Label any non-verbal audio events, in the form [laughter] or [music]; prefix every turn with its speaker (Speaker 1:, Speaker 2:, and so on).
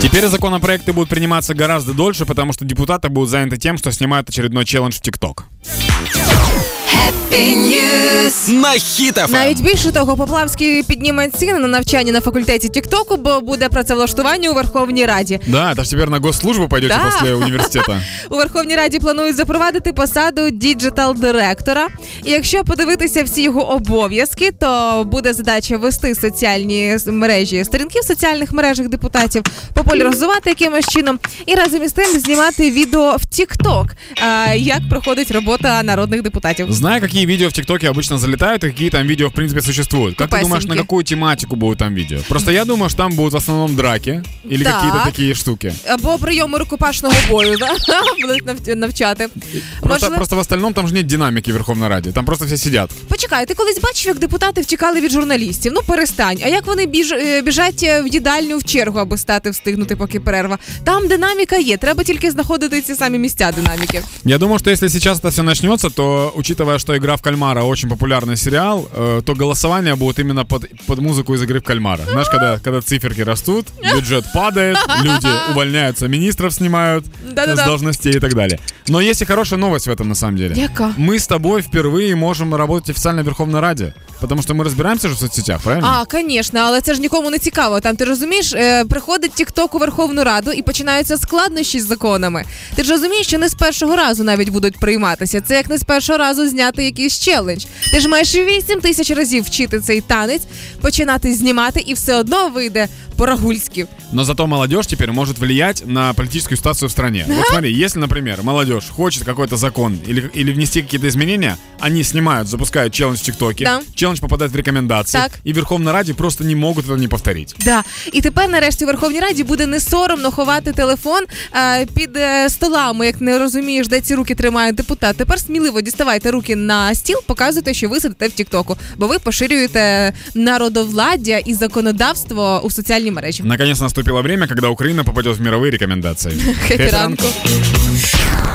Speaker 1: Теперь законопроекты будут приниматься гораздо дольше, потому что депутаты будут заняты тем, что снимают очередной челлендж в ТикТок.
Speaker 2: На хітафа.
Speaker 3: Навіть більше того, Поплавський підніме ціни на навчання на факультеті Тіктоку, бо буде працевлаштування у Верховній Раді.
Speaker 1: Да, это ж теперь на госслужбу пойдете
Speaker 3: Да.
Speaker 1: после
Speaker 3: [laughs]
Speaker 1: университета.
Speaker 3: У Верховній Раді планують запровадити посаду діджитал-директора. І якщо подивитися всі його обов'язки, то буде задача вести соціальні с- мережі сторінки в соціальних мережах депутатів, популяризувати якимось чином і разом із тим знімати відео в Тікток, як проходить робота народних депутатів.
Speaker 1: Зная, какие видео в ТикТоке обычно залетают и какие там видео, в принципе, существуют. Как ты
Speaker 3: Тупасенькие.
Speaker 1: думаешь, на какую тематику будут там видео? Просто я думаю, что там будут в основном драки или
Speaker 3: Так.
Speaker 1: какие-то такие штуки.
Speaker 3: Або прийоми рукопашного бою, да? [laughs] будуть нав- навчати.
Speaker 1: Просто,
Speaker 3: Можливо-
Speaker 1: просто в остальном там же нет динамики в Верховной Раді. Там просто все сидят.
Speaker 3: Почекай, ти колись бачив, як депутати втікали від журналістів? Ну перестань. А як вони біж... е, біжать е, в їдальню в чергу, аби стати встигнути, поки перерва? Там динаміка є, треба тільки знаходити ці самі місця динаміки.
Speaker 1: Я думаю, что если сейчас это все начнется, то, учитывая, что игра в кальмара очень популярный сериал, э, то голосование будет именно под, под музыку из игры в кальмара. Знаешь, когда, когда циферки растут, бюджет падает,
Speaker 3: [laughs]
Speaker 1: люди увольняются, министров снимают с
Speaker 3: Да-да-да.
Speaker 1: должностей и так далее. Но есть и хорошая новость в этом на самом деле.
Speaker 3: Яка?
Speaker 1: Мы с тобой впервые можем работать официально в Верховной Раде, потому что мы разбираемся же в соцсетях, правильно?
Speaker 3: А, звісно, але це ж нікому не цікаво. Там ти розумієш, е, приходить Тікток у Верховну Раду і починаються складнощі з законами. Ти ж розумієш, що не з першого разу навіть будуть прийматися. Це як не з першого разу зняти якийсь челендж. Ти ж маєш 8 тисяч разів вчити цей танець, починати знімати, і все одно вийде по-рагульськи.
Speaker 1: Но зато молодежь теперь может влиять на политическую ситуацию в стране. Вот смотри, если, например, молодежь хочет какой-то закон или, или внести какие-то изменения, они снимают, запускают челлендж в ТикТоке,
Speaker 3: Да.
Speaker 1: челлендж попадает в рекомендации,
Speaker 3: Так.
Speaker 1: и Верховной Раде просто не могут это не повторить.
Speaker 3: Да, і тепер нарешті у Верховній Раді буде не соромно ховати телефон е, під е, столами, як не розумієш, де ці руки тримає депутат. Тепер сміливо діставайте руки на стіл, показуйте, що ви сидите в Тіктоку, бо ви поширюєте народовладдя і законодавство у соціальній мережі. [laughs]
Speaker 1: Наконец наступило время, когда Украина попадет в мировые рекомендации.
Speaker 3: Хеппі ранку.